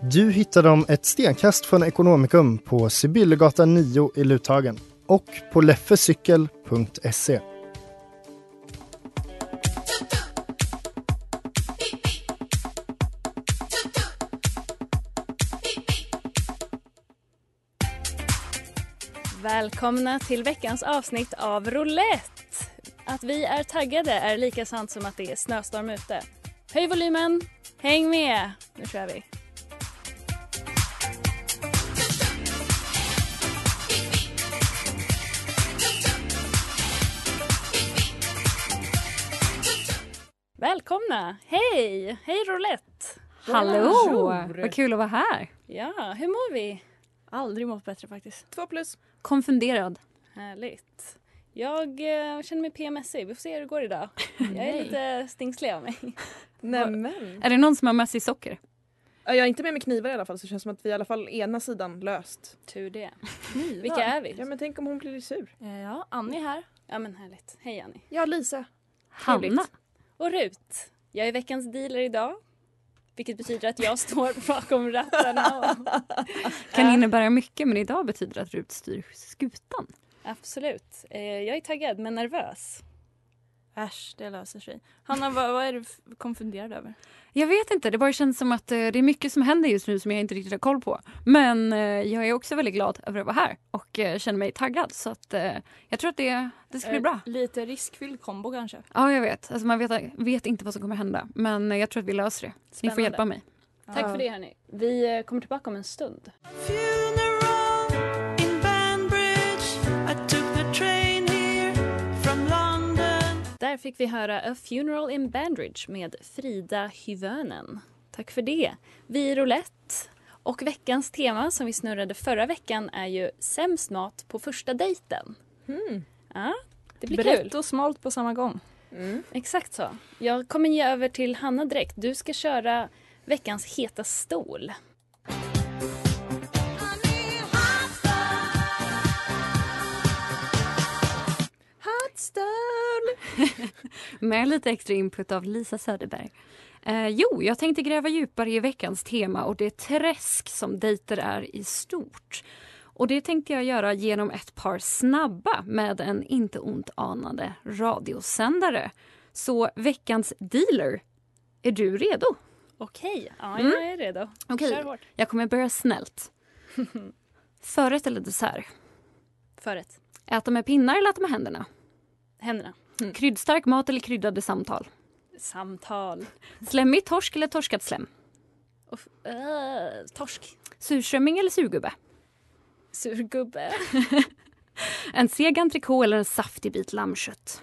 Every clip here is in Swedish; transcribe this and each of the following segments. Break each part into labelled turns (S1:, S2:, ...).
S1: Du hittar dem ett stenkast från Ekonomikum på Sibyllegatan 9 i Luthagen och på leffecykel.se.
S2: Välkomna till veckans avsnitt av Roulette! Att vi är taggade är lika sant som att det är snöstorm ute. Höj volymen, häng med! Nu kör vi! Välkomna! Hej! Hej Roulette!
S3: Hallå! Vad kul att vara här.
S2: Ja, hur mår vi? Aldrig mått bättre faktiskt.
S4: Två plus.
S3: Konfunderad.
S2: Härligt. Jag eh, känner mig PMSig. Vi får se hur det går idag. Jag är lite stingslig av mig.
S4: Nämen.
S3: Är det någon som har med sig socker?
S4: Jag är inte med med knivar i alla fall så det känns som att vi i alla fall ena sidan löst.
S2: Tur det. Vilka är vi?
S4: Ja men tänk om hon blir sur.
S5: Ja, Annie här.
S2: typ- Eh, Ja men härligt. Hej Annie.
S4: Ja Lisa.
S3: Hanna.
S2: Och Rut. Jag är veckans dealer idag. Vilket betyder att jag står bakom rattarna. Och...
S3: Kan
S2: Ja,
S3: innebära mycket men idag betyder det att Rut styr skutan.
S2: Absolut. Eh, Jag är taggad men nervös.
S5: Äsch, det löser sig. Hanna, vad, vad är du f- konfunderad över?
S3: Jag vet inte, det bara känns som att eh, det är mycket som händer just nu som jag inte riktigt har koll på. Men eh, jag är också väldigt glad över att vara här och eh, känner mig taggad så att eh, jag tror att det, det ska bli
S5: Eh,
S3: bra.
S5: Lite riskfylld kombo kanske.
S3: Ja, jag vet. Alltså man vet, vet inte vad som kommer hända men eh, jag tror att vi löser det. Ni får
S2: Spännande.
S3: hjälpa mig.
S2: Tack för det hörni. Vi eh, kommer tillbaka om en stund. Där fick vi höra A Funeral in Bandridge med Frida Hyvönen. Tack för det. Vi är roulette. Och veckans tema som vi snurrade förra veckan är ju sämst mat på första dejten. Ja, det blir kul.
S5: Brett och smalt på samma gång.
S2: Exakt så. Jag kommer ge över till Hanna direkt. Du ska köra veckans heta stol.
S3: Med lite extra input av Lisa Söderberg. Eh, jo, jag tänkte gräva djupare i veckans tema och det träsk som dejter är i stort. Och det tänkte jag göra genom ett par snabba med en inte ont anande radiosändare. Så veckans dealer, är du redo?
S2: Okej, ja,
S3: Mm.
S2: jag är redo. Kör hårt.
S3: Jag kommer börja snällt. Förrätt eller dessert?
S2: Förrätt.
S3: Äta med pinnar eller äta med händerna?
S2: Händerna.
S3: Kryddstark mat eller kryddade samtal?
S2: Samtal.
S3: Slemmig torsk eller torskat slem?
S2: Och, f- äh, torsk.
S3: Surströmming eller surgubbe?
S2: Surgubbe.
S3: En seg entrecote eller en saftig bit lammkött?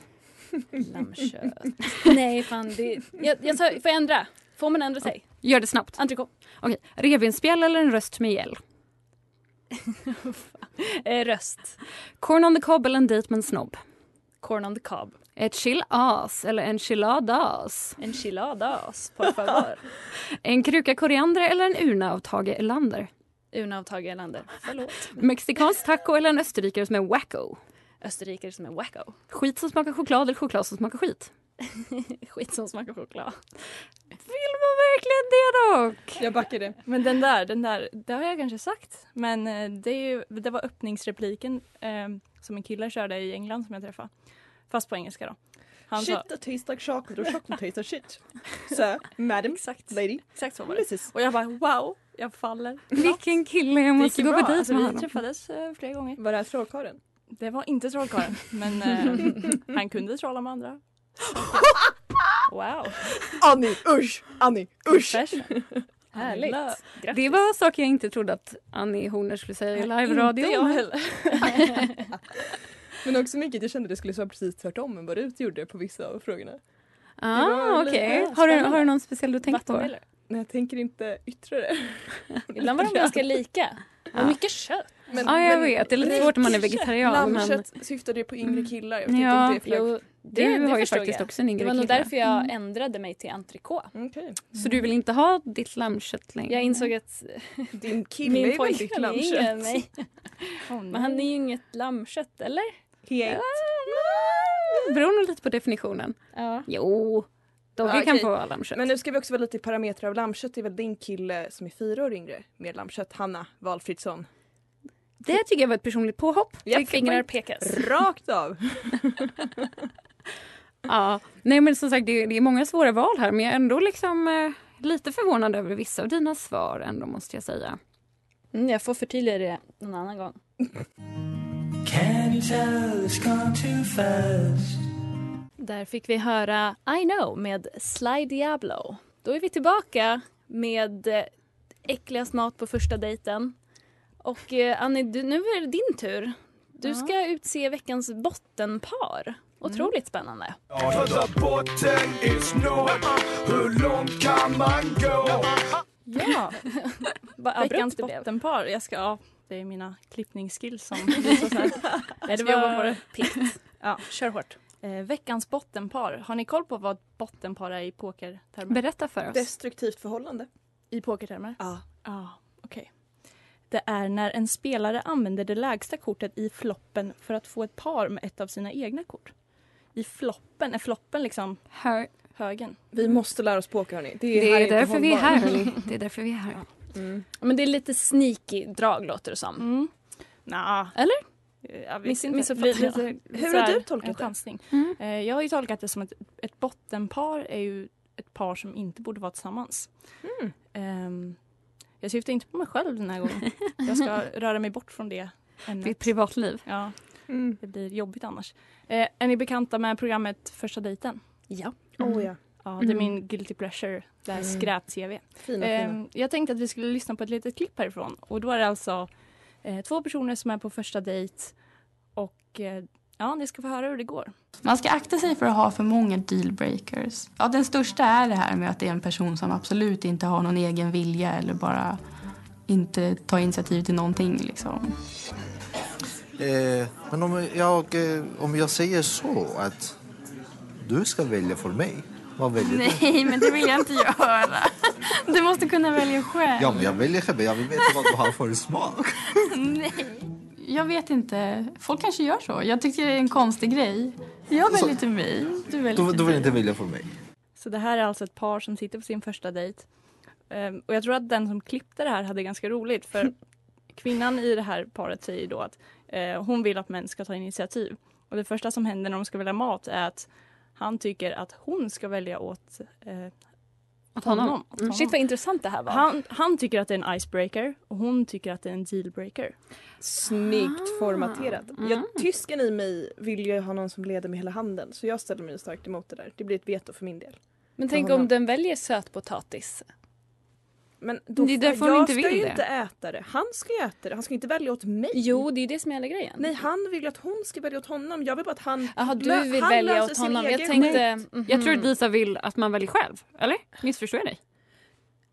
S2: Lammkött. Nej, fan. Det... Jag, jag tar, får jag ändra? Får man ändra sig?
S3: Gör det snabbt.
S2: Entrecote.
S3: Okej. Revbensspjäll eller en röst med gäll?
S2: Eh, röst.
S3: Corn on the cob eller en dejt med en snobb?
S2: Corn on the cob.
S3: Ett chill as eller en chiladas?
S2: Enchiladas, por favor.
S3: En kruka koriander eller en urna av Tage Erlander?
S2: Una av Tage Erlander. Förlåt.
S3: Mexikansk taco eller en österrikare som är wacko?
S2: Österrikare som är wacko.
S3: Skit som smakar choklad eller choklad som smakar skit?
S2: Skit som smakar choklad.
S3: Vill man verkligen det dock?
S5: Jag backar det. Men den där, den där, det har jag kanske sagt. Men eh, det, är ju, det var öppningsrepliken eh, som en kille körde i England som jag träffade. Fast på engelska då.
S2: Han sa,
S4: Shit that tastes like chocolate or chocolate tastes like shit. Så, madam,
S2: exakt,
S4: lady,
S2: exakt så var det.
S4: mrs.
S2: Och jag bara wow, jag faller.
S3: Vilken kille, jag
S2: Det
S3: måste
S2: gick
S3: gå
S2: ju
S3: på
S2: bra.
S3: dejt
S2: Alltså,
S3: med
S2: Vi
S3: honom.
S2: träffades eh, flera gånger.
S4: Var det här trollkarlen?
S2: Det var inte trollkarlen men eh, han kunde trolla med andra. Wow,
S4: Annie, usch! Annie, usch!
S2: färs.
S3: Härligt.
S2: Jävla-
S3: Det var saker jag inte trodde att Annie Horner skulle säga i live-radio.
S2: Inte jag heller.
S4: Men också mycket, jag kände det skulle vara precis tvärtom än vad Rut gjorde på vissa av frågorna.
S3: Ah,
S4: var lite
S3: okej. Har, du, har
S4: spännande.
S3: du någon speciell du tänkt på?
S6: Vattenmelon.
S4: Men jag tänker inte yttra det.
S6: Ibland var de ganska lika. Och mycket kött.
S4: Men,
S3: Ja, jag
S4: men
S3: vet. Det är lite
S4: Nej,
S3: svårt om man är vegetarian. Men
S4: Lammkött syftade ju på yngre killar. Jag vet
S3: Ja,
S4: inte om det är
S6: Jo, det,
S3: du
S6: det
S3: har ju
S6: förstod
S3: faktiskt
S6: jag.
S3: också en
S6: Det
S3: yngre
S6: var nog
S3: kille.
S6: därför jag ändrade mig till entrecote.
S4: för... Okej.
S3: Så du vill inte ha ditt lammkött längre?
S6: Jag insåg att
S4: Din kille
S6: min
S4: är väl ditt
S6: pojkvän är yngre än
S4: lammkött?
S6: mig.
S2: Oh,
S6: Men han är ju inget lammkött, eller?
S4: Helt.
S3: Det beror nog lite på definitionen.
S6: Ja.
S3: Jo, doggy
S4: Ja,
S3: kan
S4: okej.
S3: få ha lammkött.
S4: Men nu ska vi också vara lite i parametrar av lammkött. Det är väl din kille som är fyra år yngre med lammkött, Hanna Valfridsson.
S3: Det här tycker jag var ett personligt påhopp.
S4: Ja,
S3: Tycker
S6: Fingrar
S3: man-
S6: pekas.
S4: Rakt av!
S3: Ja. Nej, men som sagt, det, det är många svåra val här men jag är ändå liksom, eh, lite förvånad över vissa av dina svar ändå måste jag säga.
S6: Mm, jag får förtydliga det någon annan gång. Där fick vi höra I know med Sly Diablo. Då är vi tillbaka med eh, äckligast mat på första dejten. Och eh, Annie, du, nu är det din tur. Du ska utse veckans
S2: Mm.
S6: bottenpar. Otroligt spännande.
S2: Ja,
S6: Vad
S2: veckans
S6: abrupt det blev.
S2: bottenpar. Jag ska, ja, det är mina klippningsskills som visar sig.
S6: Ja, det
S2: Ska jobba på
S6: var
S2: det.
S6: pikt.
S2: Ja.
S6: Kör hårt.
S2: Eh, veckans bottenpar. Har ni koll på vad bottenpar är i pokertermer?
S3: Berätta för oss.
S4: Destruktivt förhållande.
S2: I pokertermer?
S4: Ja.
S2: Ja, okej. Det är när en spelare använder det lägsta kortet i floppen för att få ett par med ett av sina egna kort. I floppen, är floppen liksom
S3: Hör,
S2: högen?
S4: Vi måste lära oss poker hörni. Det,
S3: Mm. det
S4: här
S3: är
S4: inte
S3: därför vi är
S4: hållbart.
S3: här. hörni. Det är därför vi är här.
S4: Mm.
S6: Men det är lite sneaky drag låter det som.
S2: Mm. Nja. Eh,
S6: Eller?
S2: Jag vet
S6: Miss-
S2: inte.
S6: missuppfattar
S2: Vi- lite-
S4: Hur
S2: så
S4: har
S2: här,
S4: du tolkat
S2: en
S4: det?
S2: chansning.
S3: Mm.
S2: Eh, Jag har ju tolkat det som att ett bottenpar är ju ett par som inte borde vara tillsammans.
S4: Mm.
S2: Ehm, jag syftar inte på mig själv den här gången. Jag ska röra mig bort från det
S3: Ditt
S2: ämnet.
S3: privatliv.
S2: Ja,
S4: Mm.
S2: det blir jobbigt annars. Eh, är ni bekanta med programmet Första dejten?
S6: Ja.
S4: Oh, ja.
S2: Ja, det är
S3: Mm.
S2: min guilty pleasure, det här
S4: Mm.
S2: skräp-tv.
S4: Fina, fina.
S2: Ehm, jag tänkte att vi skulle lyssna på ett litet klipp härifrån. Och då är det alltså eh, två personer som är på första dejt och eh, ja, ni ska få höra hur det går.
S7: Man ska akta sig för att ha för många dealbreakers. Ja, den största är det här med att det är en person som absolut inte har någon egen vilja eller bara inte tar initiativ till någonting. Liksom.
S8: Eh, men om jag, eh, om jag säger så att du ska välja för mig, vad väljer du?
S7: Nej, men det vill jag inte göra. Du måste kunna välja själv.
S8: Ja, men jag väljer själv. Jag vill veta vad du har för smak.
S7: Jag vet inte. Folk kanske gör så. Jag tycker det är en konstig grej. Jag väljer till mig. Du väljer
S8: Du,
S7: till
S8: du vill
S7: dig.
S8: inte välja för mig?
S2: Så det här är alltså ett par som sitter på sin första dejt. Ehm, och jag tror att den som klippte det här hade ganska roligt för kvinnan i det här paret säger då att eh, hon vill att män ska ta initiativ. Och det första som händer när de ska välja mat är att han tycker att hon ska välja åt eh,
S3: Åt
S2: honom. Åt honom.
S6: Mm. Shit vad intressant det här var.
S2: Han, han tycker att det är en icebreaker och hon tycker att det är en dealbreaker.
S3: Ah.
S4: Snyggt formaterat.
S3: Mm.
S4: Jag, tysken i mig vill ju ha någon som leder med hela handen så jag ställer mig starkt emot det där. Det blir ett veto för min del.
S6: Men tänk om den väljer sötpotatis.
S4: Men då,
S3: Det är därför hon
S4: jag
S3: inte
S4: ska
S3: vill
S4: ju
S3: det.
S4: inte äta det. Han ska ju äta det. Han ska ju inte välja åt mig.
S6: Jo, det är ju det som är hela grejen.
S4: Nej, han vill ju att hon ska välja åt honom. Jag vill bara att han...
S6: Jaha, du
S4: Men
S6: vill
S4: han
S6: välja
S4: löser
S6: åt
S4: sin
S6: honom. Jag
S4: egen
S6: tänkte...
S4: skit.
S6: mhm.
S3: Jag tror att Lisa vill att man väljer själv. Eller? Missförstår jag dig?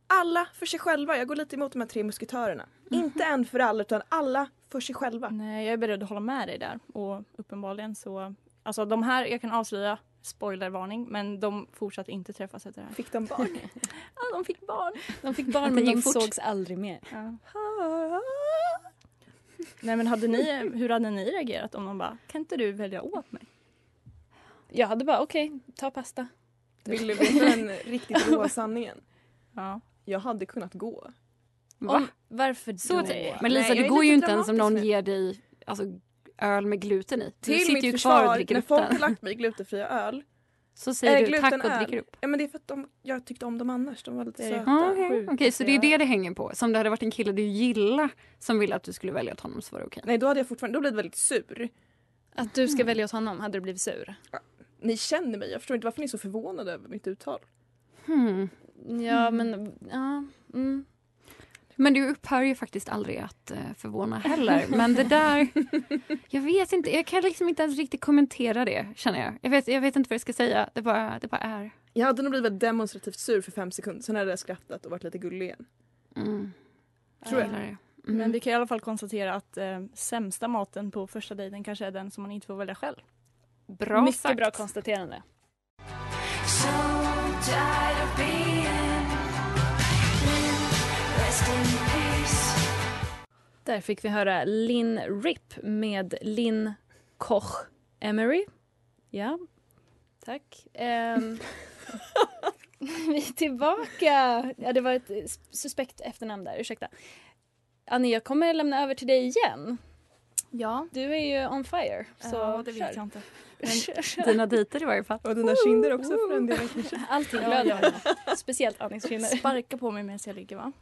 S4: Alla för sig själva. Jag går lite emot de här tre musketörerna. Inte en för alla utan alla för sig själva.
S2: Nej, jag är beredd att hålla med dig där. Och uppenbarligen så... Alltså de här, jag kan avslöja, spoilervarning, men de fortsatte inte träffas efter det här.
S4: Fick de barn?
S2: Ja, de fick barn!
S6: De fick barn
S3: Det
S6: men
S3: gick
S6: de
S3: fort.
S6: sågs aldrig mer.
S2: Nej men hade ni, hur hade ni reagerat om de bara, kan inte du välja åt mig?
S6: Jag hade bara okej, ta pasta.
S4: vill du veta den riktigt råa sanningen?
S2: Ja.
S4: Jag hade kunnat gå.
S6: Om, varför
S3: Så
S6: då?
S3: det, men
S4: Nej,
S3: Lisa,
S4: jag
S3: det
S4: är
S3: går ju
S4: lite
S3: inte ens om någon
S4: dramatisk
S3: ger dig alltså, öl med gluten i. Du
S4: Till
S3: sitter ju
S4: mitt
S3: kvar och
S4: försvar,
S3: dricker
S4: när
S3: upp
S4: folk har
S3: den.
S4: lagt mig glutenfria öl
S3: Så säger
S4: Eh,
S3: du tack och
S4: glutenöl.
S3: dricker upp.
S4: Ja, men det är för att de, jag tyckte om dem annars. De var lite
S3: Ah,
S4: söta.
S3: Okej,
S4: sjukt
S3: Okej, så det är
S4: söta.
S3: det det hänger på. Så om det hade varit en kille du gillar som ville att du skulle välja åt honom så var det okej.
S4: Nej, då hade jag fortfarande då blivit väldigt sur.
S6: Att du ska välja åt honom, hade du blivit sur?
S4: Ni känner mig, jag förstår inte varför ni är så förvånade över mitt uttal.
S3: Hmm.
S6: Ja, men... Ja, mm.
S3: Men du upphör ju faktiskt aldrig att eh, förvåna heller. Men det där... Jag vet inte, jag kan liksom inte ens riktigt kommentera det känner jag. Jag vet, jag vet inte vad jag ska säga, det bara, det bara är.
S4: Jag hade nog blivit demonstrativt sur för fem sekunder, sen hade jag skrattat och varit lite gullig igen.
S3: Mm.
S4: Tror jag.
S3: gillar
S6: Mm.
S3: det. Mm.
S2: Men vi kan i alla fall konstatera att eh, sämsta maten på första dejten kanske är den som man inte får välja själv.
S3: Bra
S6: Mycket
S2: sagt.
S6: bra konstaterande. Där fick vi höra Lin Rip med Lin Koch Emery. Ja, tack. Ehm, vi är tillbaka. Ja, det var ett eh, suspekt efternamn där, ursäkta. Annie, jag kommer lämna över till dig igen.
S2: Ja.
S6: Du är ju on fire. Så
S2: Ja, det
S6: kör.
S2: vet jag inte.
S6: Kör, kör.
S3: Dina dejter i varje fall.
S4: Och dina kinder också för en del.
S6: Allting
S2: Ja,
S6: glöder.
S2: ja,
S6: Speciellt Annis kinder.
S2: Sparka på mig medan jag ligger va?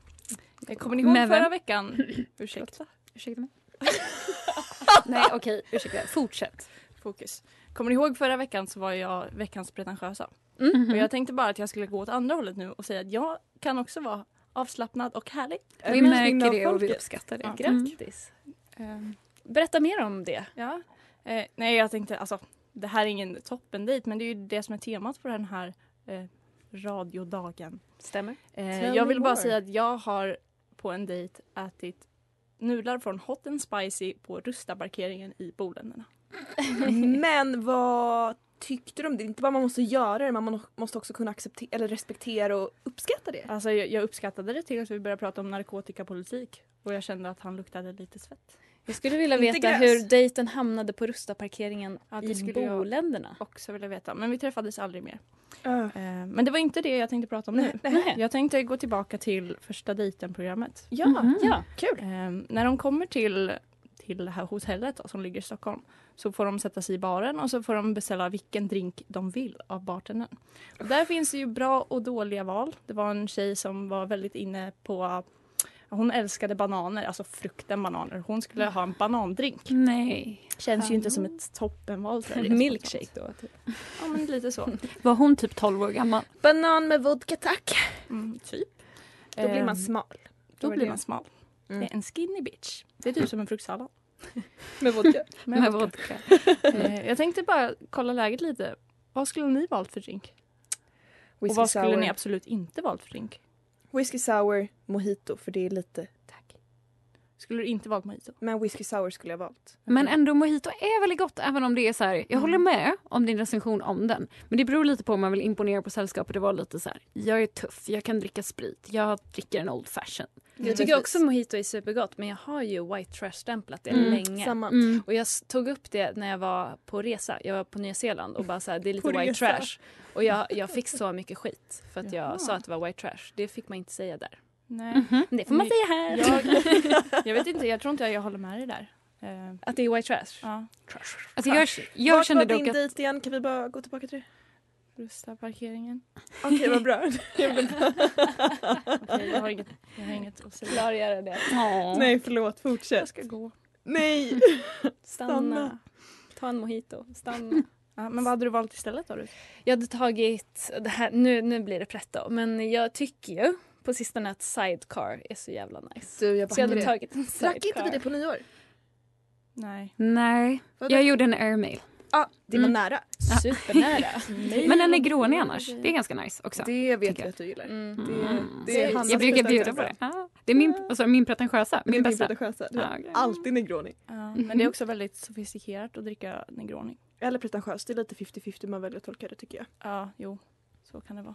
S2: Eh, Kommer ni ihåg
S3: Med vem?
S2: förra veckan? Ursäkta.
S3: Ursäkta mig. Nej okej, ursäkta. Fortsätt.
S2: Fokus. Kommer ni ihåg förra veckan så var jag veckans pretentiösa.
S3: Mhm.
S2: Och jag tänkte bara att jag skulle gå åt andra hållet nu och säga att jag kan också vara avslappnad och härlig.
S3: Vi
S2: Men-
S3: märker det och vi
S2: folket.
S3: uppskattar det.
S2: Ja.
S6: Grattis.
S3: Mm.
S2: Ehm,
S6: Berätta mer om det.
S2: Ja. Eh, nej, jag tänkte alltså, det här är ingen toppendejt men det är ju det som är temat på den här eh, radiodagen.
S6: Stämmer.
S2: Eh,
S6: Tell
S2: jag
S6: me
S2: vill bara
S6: more.
S2: säga att jag har på en dejt ätit nudlar från Hot and Spicy på Rustaparkeringen i Boländerna.
S4: Men vad tyckte du om det? Det är Inte bara man måste göra det, man måste också kunna acceptera, eller respektera och uppskatta det.
S2: Alltså jag, jag uppskattade det tills vi började prata om narkotikapolitik och jag kände att han luktade lite svett.
S6: Jag skulle vilja
S2: Inte
S6: veta
S2: gräs.
S6: hur dejten hamnade på Rustaparkeringen
S2: Ja, det
S6: i
S2: skulle jag-
S6: Boländerna.
S2: Också ville veta, men vi träffades aldrig mer. Eh, men det var inte det jag tänkte prata om nu.
S6: Nej.
S2: Jag tänkte gå tillbaka till första dejten-programmet.
S4: Ja,
S3: Mm-hmm.
S6: Ja.
S4: kul.
S2: Ehm, när de kommer till, till det här hotellet då, som ligger i Stockholm så får de sätta sig i baren och så får de beställa vilken drink de vill av bartendern. Och där finns det ju bra och dåliga val. Det var en tjej som var väldigt inne på hon älskade bananer, alltså frukten bananer. Hon skulle
S6: Mm.
S2: ha en banandrink.
S3: Nej.
S2: Känns ju inte som ett toppenval. tror jag.
S6: Milkshake då? Typ.
S2: Ja, men lite så.
S3: Var hon typ 12 år gammal?
S4: Banan med vodka tack.
S2: Mm, typ.
S4: Då blir man
S2: Ehm,
S4: smal.
S2: Då
S4: var
S2: blir
S4: det.
S2: man smal.
S4: Mm.
S2: Det är en skinny bitch. Det är typ som en fruktsallad.
S4: Med vodka.
S2: Med
S3: Med
S2: vodka.
S3: vodka.
S2: Eh, Jag tänkte bara kolla läget lite. Vad skulle ni valt för drink? och vad skulle
S4: sour.
S2: ni absolut inte valt för drink?
S4: Whisky sour, mojito för det är lite... Tack.
S2: Skulle du inte valt mojito?
S4: Men whisky sour skulle jag valt.
S3: Men ändå mojito är väldigt gott även om det är så här, jag håller med om din recension om den. Men det beror lite på om man vill imponera på sällskapet. Det var lite så här, jag är tuff, jag kan dricka sprit, jag dricker en old fashion.
S6: Jag tycker också mojito är supergott men jag har ju white trash-stämplat det
S3: Mm.
S6: länge.
S4: Samma.
S3: Mm.
S6: Och jag s- tog upp det när jag var på resa. Jag var på Nya Zeeland och bara så här, det är lite
S4: På
S6: white
S4: resa.
S6: trash. Och jag, jag fick så mycket skit för att jag
S2: Jaha.
S6: sa att det var white trash. Det fick man inte säga där.
S2: Nej.
S3: Mm-hmm.
S4: Mm-hmm.
S6: Men det får man
S2: Nej.
S6: säga här.
S2: Jag, jag vet inte, jag tror inte jag håller med dig där. Eh,
S6: Att det är white trash.
S2: ja.
S3: Alltså jag,
S4: Vart
S3: jag kände
S4: var
S3: dock
S4: din
S3: att
S4: dejt igen? Kan vi bara gå tillbaka till det?
S2: Rusta parkeringen.
S4: Okej, vad bra. Jag blev-
S2: Okej, jag, har inget, jag har inget att säga.
S6: Klargöra det.
S3: Åh.
S4: Nej, förlåt.
S2: Jag
S4: Fortsätt.
S2: ska gå.
S4: Nej!
S6: Stanna.
S4: Stanna.
S6: Ta en mojito. Stanna.
S2: Ja, men vad hade du valt istället då? Ruth?
S6: Jag hade tagit... Det här, nu, nu blir det pretto, men jag tycker ju på sistone att sidecar är så jävla nice.
S4: Du, jag
S6: Så jag hade
S4: det.
S6: tagit en sidecar.
S4: Drack inte vi det på nyår?
S2: Nej.
S3: Nej,
S4: Vadå?
S3: jag gjorde en airmail.
S4: Ah, det var
S3: Mm.
S4: nära.
S6: Supernära.
S3: Men en negroni annars, det är ganska nice också.
S4: Det vet
S3: Tycker
S4: jag att du gillar.
S6: Mm.
S4: Det,
S3: Mm.
S4: det är Hannas
S3: Jag brukar
S4: bästa
S3: bjuda på
S4: exempel.
S3: det. Ja. Det är min, alltså, min pretentiösa,
S4: Det är
S3: min bästa.
S4: pretentiösa. Du
S3: Ja,
S4: har
S3: okej.
S4: Mm. Alltid negroni.
S2: Ja, men det är också väldigt sofistikerat att dricka negroni.
S4: Eller pretentiös. Det är lite 50-50 man väljer att tolka det tycker jag.
S2: Ja, jo. Så kan det vara.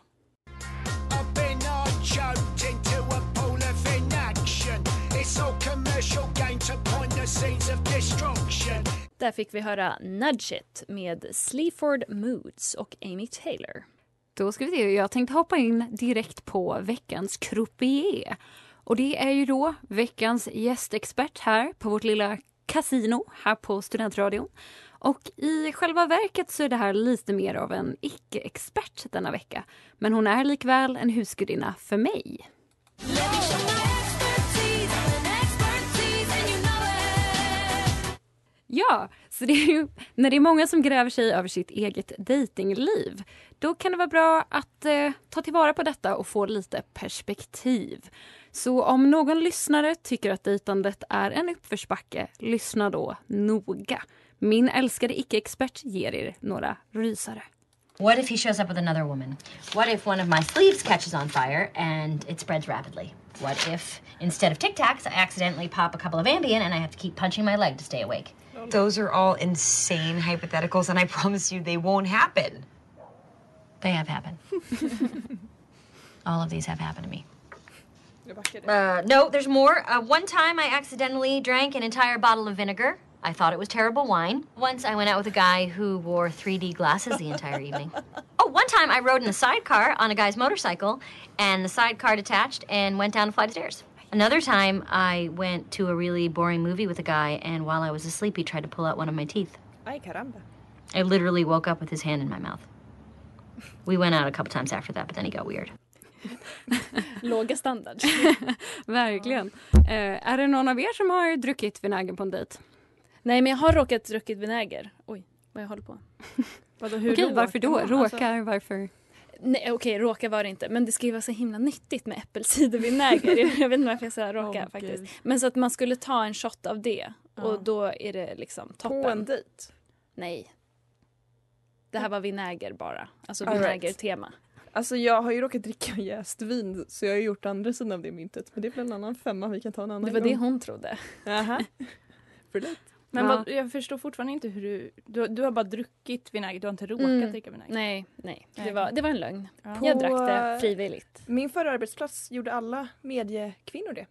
S6: Där fick vi höra Nudge It med Sleaford Moods och Amy Taylor.
S3: Då ska vi se, jag tänkte hoppa in direkt på veckans croupier. Och det är ju då veckans gästexpert här på vårt lilla kasino här på Studentradion. Och i själva verket så är det här lite mer av en icke-expert denna vecka. Men hon är likväl en husgudinna för mig. Ja, så det är ju, när det är många som gräver sig över sitt eget datingliv, då kan det vara bra att eh, ta tillvara på detta och få lite perspektiv. Så om någon lyssnare tycker att dejtandet är en uppförsbacke, lyssna då noga. Min älskade icke-expert ger er några rysare.
S9: What if he shows up with another woman? What if one of my sleeves catches on fire and it spreads rapidly? What if instead of Tic Tacs, I accidentally pop a couple of Ambien and I have to keep punching my leg to stay awake?
S10: Those are all insane hypotheticals, and I promise you they won't happen.
S9: They have happened. All of these have happened to me. Uh, no, there's more. Uh, one time I accidentally drank an entire bottle of vinegar. I thought it was terrible wine. Once I went out with a guy who wore 3D glasses the entire evening. Oh, one time I rode in a sidecar on a guy's motorcycle, and the sidecar detached and went down a flight of stairs. Another time I went to a really boring movie with a guy, and while I was asleep, he tried to pull out one of my teeth.
S4: Aj, karamba.
S9: I literally woke up with his hand in my mouth. We went out a couple times after that, but then he got weird.
S6: Låga standards.
S3: Verkligen. Eh, är det någon av er som har druckit vinäger på en dejt?
S6: Nej, men jag har råkat druckit vinäger. Oj, vad jag håller på. Vadå, hur
S3: Okej, varför då?
S6: Alltså-
S3: Råkar, varför?
S6: Nej, okej, råka var det inte. Men det ska ju vara så himla nyttigt med äppelcidervinäger. jag, jag vet inte varför jag sa råka
S2: Åh,
S6: faktiskt.
S2: gud.
S6: Men så att man skulle ta en shot av det
S2: Ja.
S6: och då är det liksom toppen.
S2: en
S6: dejt? Nej. Det här var vinäger bara. Alltså
S4: All right.
S6: vinägertema.
S4: Alltså jag har ju råkat dricka jäst vin så jag har gjort andra sidan av det myntet. Men det är väl en annan femma vi kan ta en annan
S6: Det var det
S4: gång.
S6: hon trodde.
S4: Jaha. Förlåt.
S2: Men
S4: Ja.
S2: vad, jag förstår fortfarande inte hur du... Du, du har bara druckit vinäger, du har inte råkat
S6: Mm.
S2: dricka vinäger.
S6: Nej, nej. Det
S2: Nej.
S6: var, det var en lögn.
S2: Ja.
S6: Jag
S4: På-
S6: drack det frivilligt.
S4: Min förra arbetsplats gjorde alla mediekvinnor
S2: Mm.
S4: det.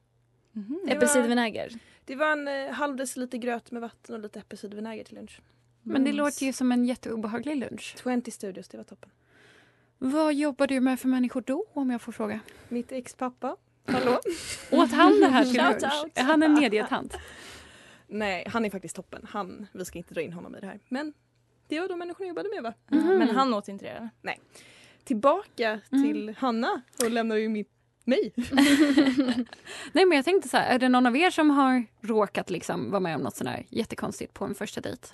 S2: Mhm.
S4: Det var-
S6: Äppelcidervinäger.
S4: Det var en eh, halv deciliter gröt med vatten och lite äppelcidervinäger till lunch.
S3: Men det låter ju som en jätteobehaglig lunch.
S4: 20 studios, det var toppen.
S3: Vad jobbar du med för människor då, om jag får fråga?
S4: Mitt ex-pappa, hallå?
S3: Åt han det här till
S4: Shout
S3: lunch?
S4: out.
S3: Är han en medietant?
S4: Nej, han är faktiskt toppen. Han, vi ska inte dra in honom i det här. Men det var de människorna jag jobbade med va?
S2: Men han åt inte det?
S4: Nej. Tillbaka
S2: Mm.
S4: till Hanna och lämnar ju mitt, mig.
S3: Nej, men jag tänkte så här, är det någon av er som har råkat liksom vara med om något sånt här jättekonstigt på en första dejt?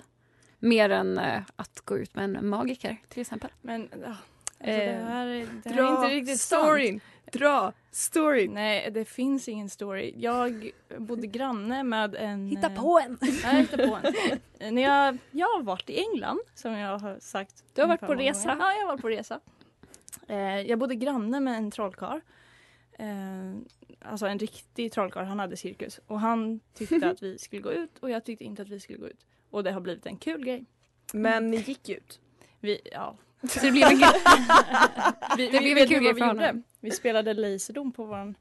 S3: Mer än eh, att gå ut med en magiker, till exempel.
S2: Men ja, alltså,
S3: Eh,
S2: det här, är- det här
S4: dra
S2: är inte riktigt
S4: storyn.
S2: Sant. Dra storyn! Nej, det finns ingen story. Jag bodde granne med en...
S6: Hitta
S2: eh,
S6: på en.
S2: Ja, hitta på en. Eh, När jag, jag har varit i England, som jag har sagt.
S6: Du har varit
S2: ungefär
S6: på
S2: många
S6: resa.
S2: gånger. Ja, jag har varit på resa. Eh, jag bodde granne med en trollkarl. Eh, alltså en riktig trollkarl, han hade cirkus. Och han tyckte att vi skulle gå ut och jag tyckte inte att vi skulle gå ut. Och det har blivit en kul grej.
S4: Men ni gick ju ut.
S2: Vi, ja.
S3: Så det blev en kul-
S2: vi,
S3: Det
S2: vi,
S3: blev en
S2: vet
S3: kul
S2: ni
S3: grej
S2: vad vi
S3: för honom.
S2: gjorde? Vi spelade laserdom på vår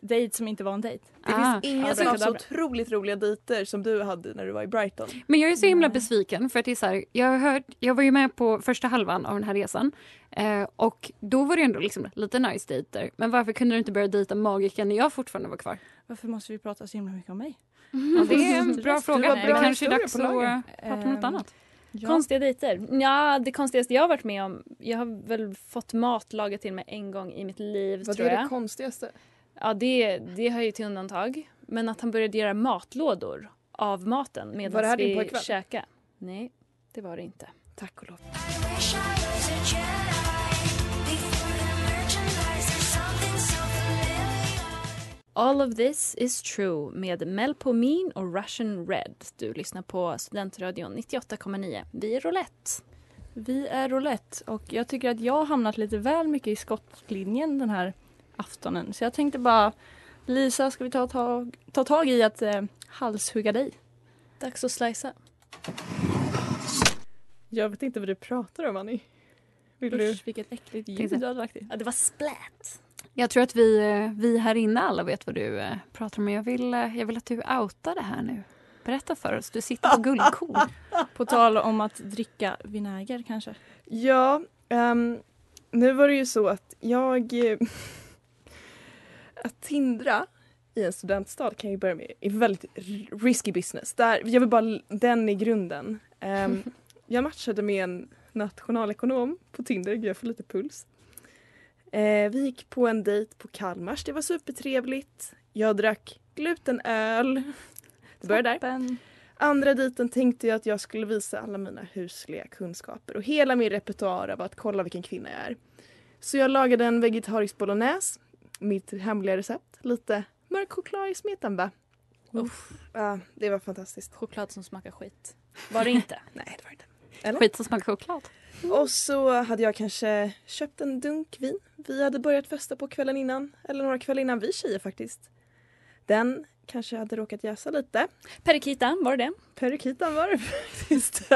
S2: dejt som inte var en dejt.
S4: Det
S3: Ah.
S4: finns inga
S2: Ja,
S4: som har så
S2: abrakadabra.
S4: otroligt roliga dejter som du hade när du var i Brighton.
S3: Men jag är så himla besviken. för att det är så här, jag, har hört, jag var ju med på första halvan av den här resan. Eh, och Då var det ändå liksom lite nice dejter. Men varför kunde du inte börja dejta magiken när jag fortfarande var kvar?
S2: Varför måste vi prata så himla mycket om mig? Alltså,
S3: Ja, det är en bra
S2: Du
S3: fråga.
S2: har
S3: Det
S2: bra
S3: kanske är
S2: historia
S3: dags
S2: på
S3: att
S2: lager.
S3: eh, prata om något
S2: Ehm,
S3: annat.
S2: Ja.
S6: Konstiga dejter? Ja, det konstigaste jag har varit med om. Jag har väl fått mat lagat till mig en gång i mitt liv
S4: Vad
S6: tror
S4: är
S6: jag.
S4: det konstigaste?
S6: ja, det, det hör ju till undantag. Men att han började göra matlådor av maten
S4: Var det
S6: medan
S4: här din
S6: vi
S4: pojkvän?
S6: käkade. Nej, det var det inte.
S4: Tack och lov.
S6: All of this is true med Melpomin och Russian Red. Du lyssnar på Studentradion 98,9. Vi är roulette.
S2: Vi är roulette och jag tycker att jag har hamnat lite väl mycket i skottlinjen den här aftonen. Så jag tänkte bara, Lisa ska vi ta tag, ta tag i att eh, halshugga dig?
S6: Dags att slicea.
S4: Jag vet inte vad du pratar om Annie. Vill du?
S2: Usch, vilket äckligt
S3: Tänkte
S2: ljud
S3: jag.
S2: du hade lagt i.
S6: Ja, det var splat.
S3: Jag tror att vi, eh, vi här inne alla vet vad du eh, pratar om. Men jag vill, eh, jag vill att du outar det här nu. Berätta för oss. Du sitter på guldkorn.
S2: På tal om att dricka vinäger kanske.
S4: Ja, ehm, nu var det ju så att jag... eh, att tindra i en studentstad kan jag ju börja med är väldigt r- risky business. Där, jag vill bara, l- den i grunden Ehm, jag matchade med en nationalekonom på Tinder. Gud, jag får lite puls. Eh, vi gick på en dejt på Kalmars. Det var supertrevligt. Jag drack glutenöl. Det började där. Andra dejten tänkte jag att jag skulle visa alla mina husliga kunskaper och hela min repertoar av att kolla vilken kvinna jag är. Så jag lagade en vegetarisk bolognese, mitt hemliga recept. Lite mörk choklad i smeten va?
S6: Uff.
S4: Ja, det var fantastiskt.
S6: Choklad som smakar skit. Var det inte?
S4: Nej, det var det inte.
S6: Skit som smakar choklad.
S4: Och så hade jag kanske köpt en dunk vin. Vi hade börjat festa på kvällen innan, eller några kvällar innan vi tjejer faktiskt. Den kanske hade råkat jäsa lite.
S6: Perikitan, var det det?
S4: Perikitan var det faktiskt.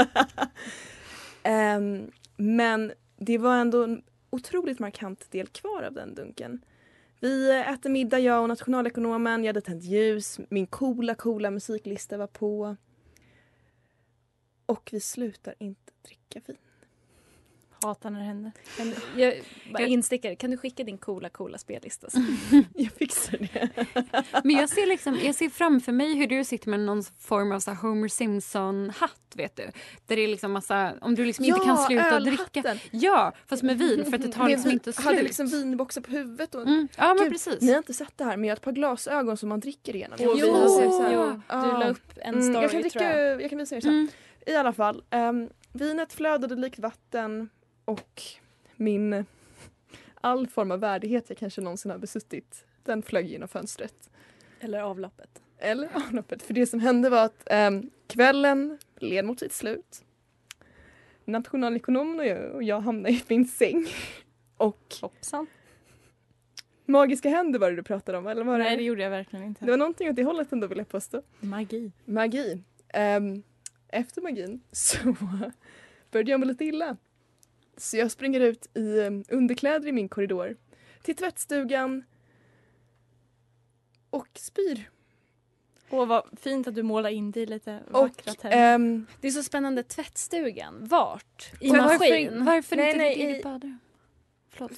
S4: Ehm, men det var ändå en otroligt markant del kvar av den dunken. Vi äter middag jag och nationalekonomen, jag hade tänt ljus, min coola coola musiklista var på. Och vi slutar inte dricka vin.
S2: Hatar när det händer.
S6: Kan, jag, bara instickare, kan du skicka din coola coola spellista? sen?
S4: jag fixar det.
S3: Men jag ser, liksom, jag ser framför mig hur du sitter med någon form av så här Homer Simpson-hatt. vet du. Där det är liksom massa, om du liksom inte
S4: Ja,
S3: kan sluta
S4: ölhatten.
S3: dricka. Ja, fast med vin för att det tar
S4: Med
S3: liksom
S4: vin-
S3: inte slut.
S4: Hade liksom vinboxar på huvudet. Och,
S3: Mm, ja, men
S4: Gud,
S3: precis.
S4: Ni har inte sett det här men jag har ett par glasögon som man dricker igenom.
S6: Jo,
S4: Jag kan visa er
S6: jo,
S4: sen.
S6: jo.
S4: Ja. Mm,
S6: Du la upp en story,
S4: jag, kan dricka,
S6: tror
S4: jag. kan visa er
S3: Mm.
S4: sen. I alla fall, ehm, vinet flödade likt vatten och min all form av värdighet jag kanske någonsin har besuttit den flög genom fönstret.
S6: Eller avloppet.
S4: Eller avloppet. För det som hände var att ehm, kvällen led mot sitt slut. Nationalekonomen och jag, och jag hamnade i min säng. Och
S2: Hoppsan.
S4: Magiska händer var det du pratade om eller var det?
S2: Nej, det gjorde jag verkligen inte.
S4: Det var någonting åt det hållet ändå vill jag påstå.
S2: Magi.
S4: Magi. Ehm, efter magin så började jag må lite illa. Så jag springer ut i ehm, underkläder i min korridor till tvättstugan och spyr.
S2: Åh, vad fint att du målar in dig i lite vackra
S4: Och
S2: termer.
S4: ehm,
S6: Det är så spännande. Tvättstugan, vart? I
S4: Men
S6: maskin?
S4: Nej, nej, i-
S3: badrum?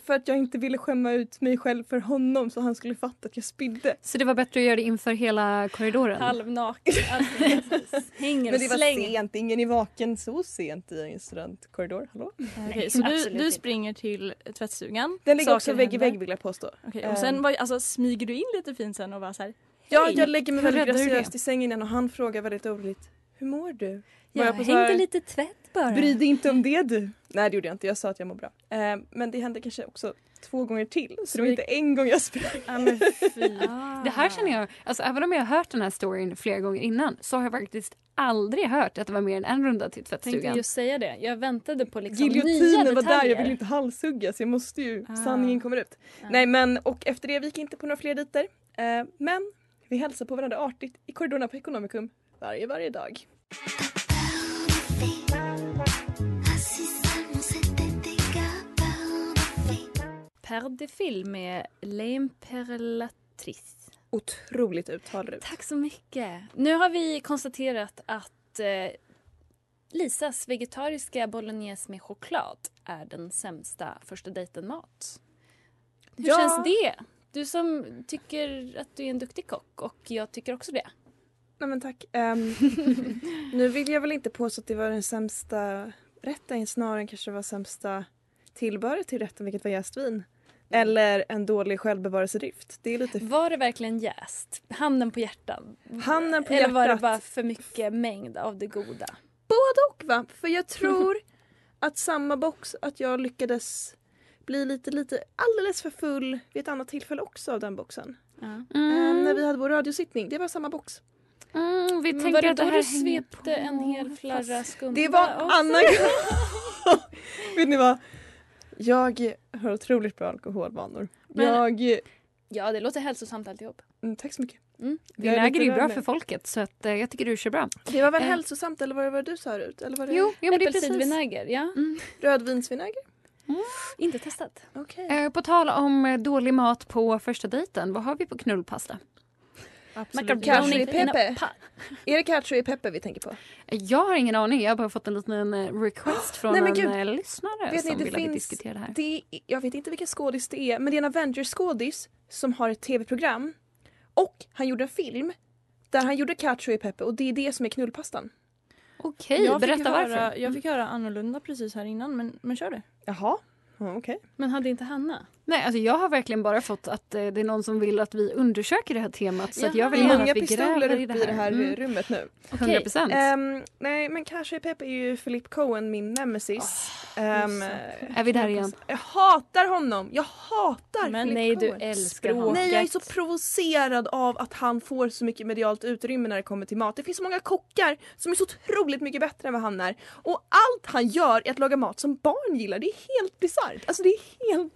S4: för att jag inte ville skämma ut mig själv för honom så han skulle fatta att jag spydde.
S3: Så det var bättre att göra det inför hela
S2: eh,
S3: korridoren?
S6: Halvnaken. allting. Precis. Hänger
S4: Men
S6: och
S4: det var
S6: slänger.
S4: sent, ingen är vaken så sent i en studentkorridor. Hallå?
S2: Okej, så du,
S6: absolut
S2: du
S6: inte.
S2: springer till tvättstugan.
S4: Den ligger
S2: Saker
S4: också vägg i
S2: händer.
S4: vägg vill jag påstå.
S2: Okej, och sen var, alltså, smyger du in lite fint sen och bara så här.
S4: Ja,
S2: "Hej,
S4: jag lägger mig
S2: hur
S4: väldigt
S2: räddar du det?"
S4: graciöst i sängen innan och han frågar väldigt oroligt Hur mår du?
S6: Jag,
S4: Var på så här,
S6: hängde lite tvätt bara.
S4: Bry dig inte om det du. Ah, Nej det gjorde jag inte, jag sa att jag mår bra. Eh, men det hände kanske också två gånger till. Så det var
S2: vi-
S4: inte en gång jag sprang.
S2: Ja, men fy.
S3: Det här
S6: Ah.
S3: känner jag, alltså även om jag har hört den här storyn flera gånger innan så har jag faktiskt aldrig hört att det var mer än en runda till
S6: tänkte
S3: tvättstugan.
S6: just säga det. Jag väntade på liksom nya
S4: Giljotinen var där, jag
S6: detaljer.
S4: vill inte halshuggas. Jag måste ju,
S6: Ah.
S4: sanningen kommer ut. Nej men och efter det, vi gick inte på några fler dejter. Eh, men vi hälsar på varandra artigt i korridorerna på Economicum varje, varje dag.
S6: Per de Fil med L'Imperatrice.
S4: Otroligt uttal du.
S6: Tack så mycket. Nu har vi konstaterat att eh, Lisas vegetariska bolognese med choklad är den sämsta första dejten-mat. Hur
S4: Ja.
S6: känns det? Du som tycker att du är en duktig kock och jag tycker också det.
S4: Nej men tack. Ehm, nu vill jag väl inte påstå att det var den sämsta rätten snarare kanske var sämsta tillbehöret till rätten vilket var jäst vin. Eller en dålig självbevarelsedrift. Det är lite
S6: Var det verkligen jäst? Handen på hjärtan?
S4: handen på
S6: Eller
S4: hjärtat.
S6: var det bara för mycket mängd av det goda?
S4: och va? För jag tror att samma box, att jag lyckades bli lite, lite alldeles för full vid ett annat tillfälle också av den boxen.
S6: Ja.
S4: Ehm, när vi hade vår radiosittning, det var samma box.
S3: Mm, vi
S6: Men
S3: tänker
S6: var det
S3: att det
S6: då
S3: här
S6: du
S3: hänger
S6: svepte en hel flarra skumpa
S4: Det var en
S6: också?
S4: annan gång. Vet ni vad? Jag har otroligt bra alkoholvanor.
S6: Men-
S4: Jag...
S6: Ja, det låter hälsosamt alltihop.
S4: Mm, Tack så mycket.
S6: Mm.
S4: Jag
S3: Din
S4: är
S3: äger är ju
S4: lite
S3: bra
S4: rörd
S3: för
S4: nu.
S3: folket så att, eh, jag tycker du kör bra.
S4: Det var väl
S3: Eh.
S4: hälsosamt eller vad det var du sa ut? Eller var det
S3: Jo, jo men det är precis.
S6: Apelsinvinäger, ja.
S4: rödvinsvinäger?
S6: Inte testat.
S4: Okej.
S3: Eh, På tal om eh, dålig mat på första dejten, vad har vi på knullpasta?
S2: Absolut.
S4: Kanske i
S6: Brownie in a
S4: Pepe.
S6: pa-
S4: Är det cacio e pepe vi tänker på?
S3: Eh, Jag har ingen aning, jag har bara fått en liten eh, request från
S4: Nej, men
S3: en
S4: gud.
S3: eh, lyssnare
S4: Vet ni,
S3: som
S4: det
S3: vill att vi
S4: finns-
S3: diskuterar det här.
S4: Det är, jag vet inte vilken skådis det är men det är en Avengers-skådis som har ett tv-program och han gjorde en film där han gjorde cacio e pepe och det är det som är knullpastan.
S3: Okej,
S2: Jag fick
S3: berätta
S2: höra,
S3: varför.
S2: Jag fick höra annorlunda precis här innan, men, men kör du.
S4: Jaha, okej.
S2: Men hade inte Hanna?
S3: Nej, alltså jag har verkligen bara fått att eh, det är någon som vill att vi undersöker det här temat. Så att jag vill
S4: Jaha.
S3: gärna
S4: Många
S3: att vi
S4: pistoler
S3: gräver
S4: upp
S3: i det här, Mm.
S4: rummet nu.
S3: 100%.
S4: Ehm, nej, men Cash Ape Pepe är ju Philip Cohen, min nemesis. Ehm,
S3: Är vi där igen?
S4: Jag hatar honom! Jag hatar
S6: Men
S4: Philip
S6: nej, du
S4: Cohen.
S6: älskar honom.
S4: Nej, jag är så provocerad av att han får så mycket medialt utrymme när det kommer till mat. Det finns så många kockar som är så otroligt mycket bättre än vad han är. Och allt han gör är att laga mat som barn gillar. Det är helt bisarrt. Alltså det är helt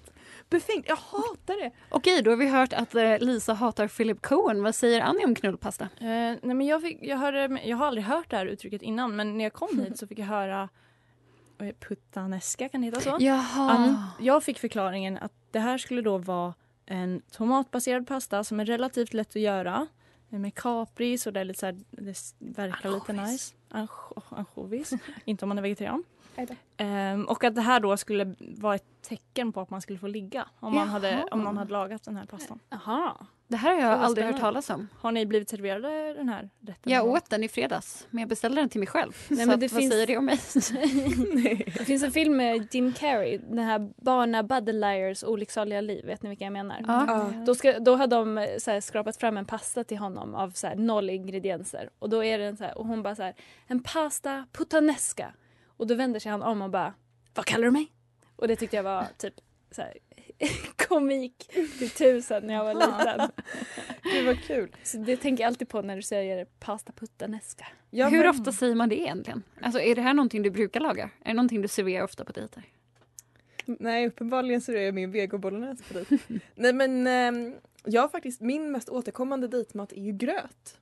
S4: befängt. Jag hatar det.
S3: Okej, då har vi hört att eh, Lisa hatar Philip Cohen. Vad säger Annie om knullpasta?
S2: Eh, nej men jag, fick, jag, hörde, jag har aldrig hört det här uttrycket innan men när jag kom hit så fick jag höra eh, puttanesca, kan det heta så?
S3: Jaha.
S2: Att jag fick förklaringen att det här skulle då vara en tomatbaserad pasta som är relativt lätt att göra eh, med kapris och det, är lite så här, det s- verkar lite nice. Ansjo- Ansjovis. Inte om man är vegetarian. Ehm, och att det här då skulle vara ett tecken på att man skulle få ligga om, man
S3: Jaha.
S2: hade, om någon hade lagat den här pastan.
S3: Jaha. Det här har jag aldrig hört talas om.
S2: Har ni blivit serverade den här rätten?
S3: Jag åt den i fredags, men jag beställde den till mig själv.
S6: Nej,
S3: så
S6: men
S3: att,
S6: det
S3: vad
S6: finns-
S3: säger det om mig?
S6: Det finns en film med Jim Carrey, den här Barna Buddeliers olycksaliga liv, vet ni vilka jag menar?
S3: Ja. Ja.
S6: Då, ska, då har de eh, så här, skrapat fram en pasta till honom av så här, noll ingredienser och då är den så här, och hon bara så här, en pasta puttanesca och då vänder sig han om och bara, vad kallar du mig? Och det tyckte jag var typ så här, komik till tusen när jag var liten.
S4: Gud vad kul.
S6: Så det tänker jag alltid på när du säger pasta puttanesca.
S3: Hur ofta säger man det egentligen? Alltså, är det här någonting du brukar laga? Är det någonting du serverar ofta på dejter?
S4: Nej, uppenbarligen så är jag min vegobolonäs på dit. Nej men ehm, jag har faktiskt, min mest återkommande dejtmat är ju gröt.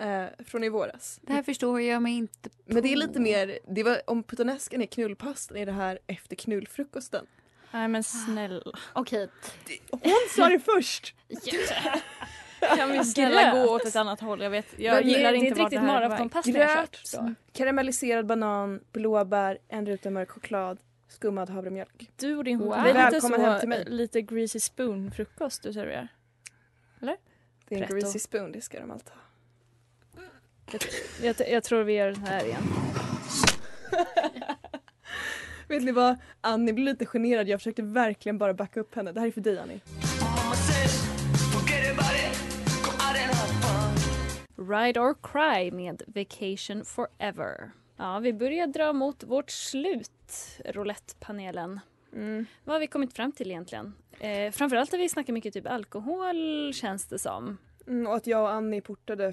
S4: Eh, från i våras.
S3: Det här förstår jag mig inte på.
S4: Men det är lite mer, det var, om puttanesken är knullpastan är det här efter knullfrukosten.
S2: Nej men snälla.
S3: Okej.
S4: Hon sa det först!
S2: Kan vi snälla
S4: Gröt.
S2: gå åt ett annat håll? Jag, vet, jag
S4: Men
S2: gillar
S4: det- det är
S2: inte
S4: ett
S2: vart det
S4: riktigt
S2: här är på väg.
S6: maratonpass. Fast när jag
S4: Gröt,
S6: kört då.
S4: karamelliserad banan, blåbär, en ruta mörk choklad, skummad havremjölk.
S2: Du och din
S4: Wow.
S2: Det är lite
S4: Välkommen
S2: så,
S4: hem till mig.
S2: Lite greasy spoon frukost du serverar.
S4: Det är en
S2: Pretto.
S4: greasy spoon, det ska de alltid ha.
S6: Jag, jag tror vi gör den här igen.
S4: Vet ni vad? Annie blev lite generad. Jag försökte verkligen bara backa upp henne. Det här är för dig Annie.
S6: Ride or Cry med Vacation Forever. Ja, vi börjar dra mot vårt slut, roulettepanelen. Vad har vi kommit fram till egentligen? Eh, framförallt har vi snackat mycket typ alkohol känns det som.
S4: Mm, och att jag och Annie portade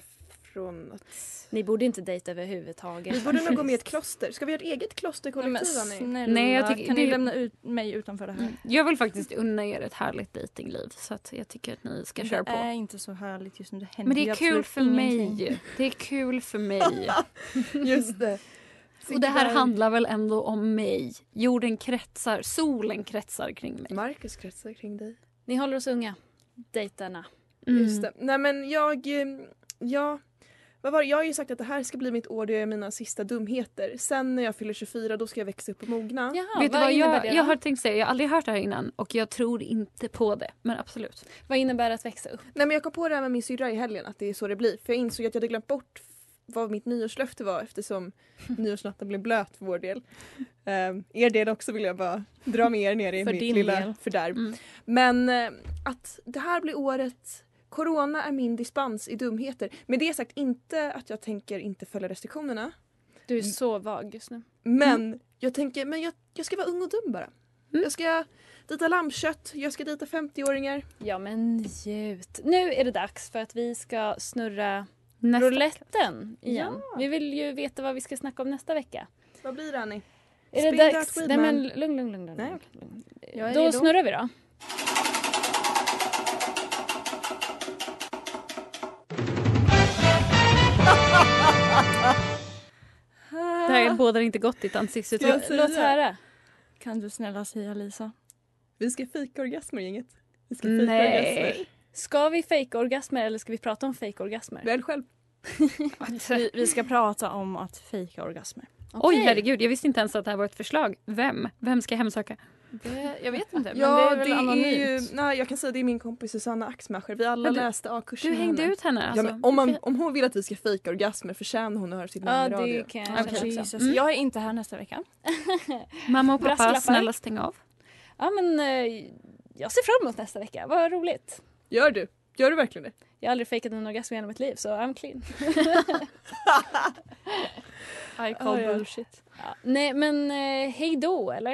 S4: från att...
S6: Ni borde inte dejta överhuvudtaget.
S4: Vi borde nog gå med i ett kloster. Ska vi ha ett eget klosterkollektiv Annie?
S2: Snälla,
S3: Nej,
S2: Nej,
S3: jag
S2: jag
S3: tycker-
S2: kan ni
S3: det-
S2: lämna ut mig utanför det här?
S3: Jag vill faktiskt unna er ett härligt dejtingliv så att jag tycker att ni ska köra
S2: Det är
S3: på.
S2: inte så härligt just nu. Det händer
S3: Men det
S2: ju
S3: är kul
S2: absolut
S3: för
S2: ingenting.
S3: mig. Det är kul för mig.
S4: Just det.
S3: Och det här
S4: Sitter-
S3: handlar väl ändå om mig. Jorden kretsar, solen kretsar kring mig.
S4: Marcus kretsar kring dig.
S6: Ni håller oss unga, dejtarna.
S3: Mm.
S4: Just det. Nej men jag... eh, Ja, vad var det? Jag har ju sagt att det här ska bli mitt år då jag gör mina sista dumheter. Sen när jag fyller 24 då ska jag växa upp och mogna.
S6: Jaha,
S3: Vet du
S6: vad,
S3: vad,
S6: innebär
S3: jag,
S6: det?
S3: jag
S6: då?
S3: har tänkt säga, jag har aldrig hört det här innan och jag tror inte på det. Men absolut.
S6: Vad innebär det att växa upp?
S4: Nej men jag kom på det här med min syrra i helgen att det är så det blir. För jag insåg att jag hade glömt bort f- vad mitt nyårslöfte var eftersom nyårsnatten blev blöt för vår del. Ehm, er del också vill jag bara dra med er ner i
S2: För
S4: mitt
S2: din
S4: lilla
S2: del.
S4: fördärv.
S6: Mm.
S4: Men eh, att det här blir året Corona är min dispens i dumheter. Med det sagt inte att jag tänker inte följa restriktionerna.
S6: Du är så vag just nu.
S4: Men
S6: Mm.
S4: jag tänker men jag, jag ska vara ung och dum bara. Jag ska dita lammkött, jag ska dita 50-åringar.
S6: Ja men njut. Nu är det dags för att vi ska snurra
S3: Nästa.
S6: rouletten igen. Vi vill ju veta vad vi ska snacka om nästa vecka.
S4: Vad blir det Annie?
S6: Är det
S4: Spring
S6: dags?
S4: that
S6: Nej
S4: weed,
S6: men
S4: man.
S6: lugn, lugn, lugn. lugn.
S4: Nej,
S6: lugn.
S4: Jag är
S6: Då
S4: redo.
S6: snurrar vi då.
S3: Det här bådar inte gott ditt ansiktsuttryck.
S4: Ska jag säga? Låt höra.
S2: Kan du snälla säga Lisa?
S4: Vi ska fika orgasmer gänget. Vi ska fika orgasmer.
S6: Nej. Ska vi fejka orgasmer eller ska vi prata om fejka orgasmer?
S4: Välj själv.
S2: Vi, vi ska prata om att fejka orgasmer.
S3: Oj herregud, jag visste inte ens att det här var ett förslag. Vem? Vem ska jag hemsöka?
S2: Det, jag vet inte, men
S4: ja,
S2: det är väl anonymt.
S4: ju, nej, jag kan säga det är min kompis Susanna Axmacher. Vi alla
S2: Men du-
S4: läste A-kursen.
S2: du hängde ut henne,
S4: Ja,
S2: alltså.
S4: men om, man, om hon vill att vi ska fejka orgasmer förtjänar hon att höra sitt namn i
S2: Ja,
S4: radio.
S2: det kan jag
S4: Okej.
S2: känna också. Mm. Jag är inte här nästa vecka.
S3: Mamma och pappa,
S2: Brasklappar.
S3: snälla stäng av.
S6: Ja, men eh, jag ser fram emot nästa vecka. Vad roligt.
S4: Gör du? Gör du verkligen det?
S6: Jag har aldrig fejkat en orgasm i hela mitt liv, så I'm clean.
S2: I call bullshit.
S6: Ja, nej, men eh, hej då, eller?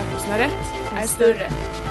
S11: att lyssna rätt är större.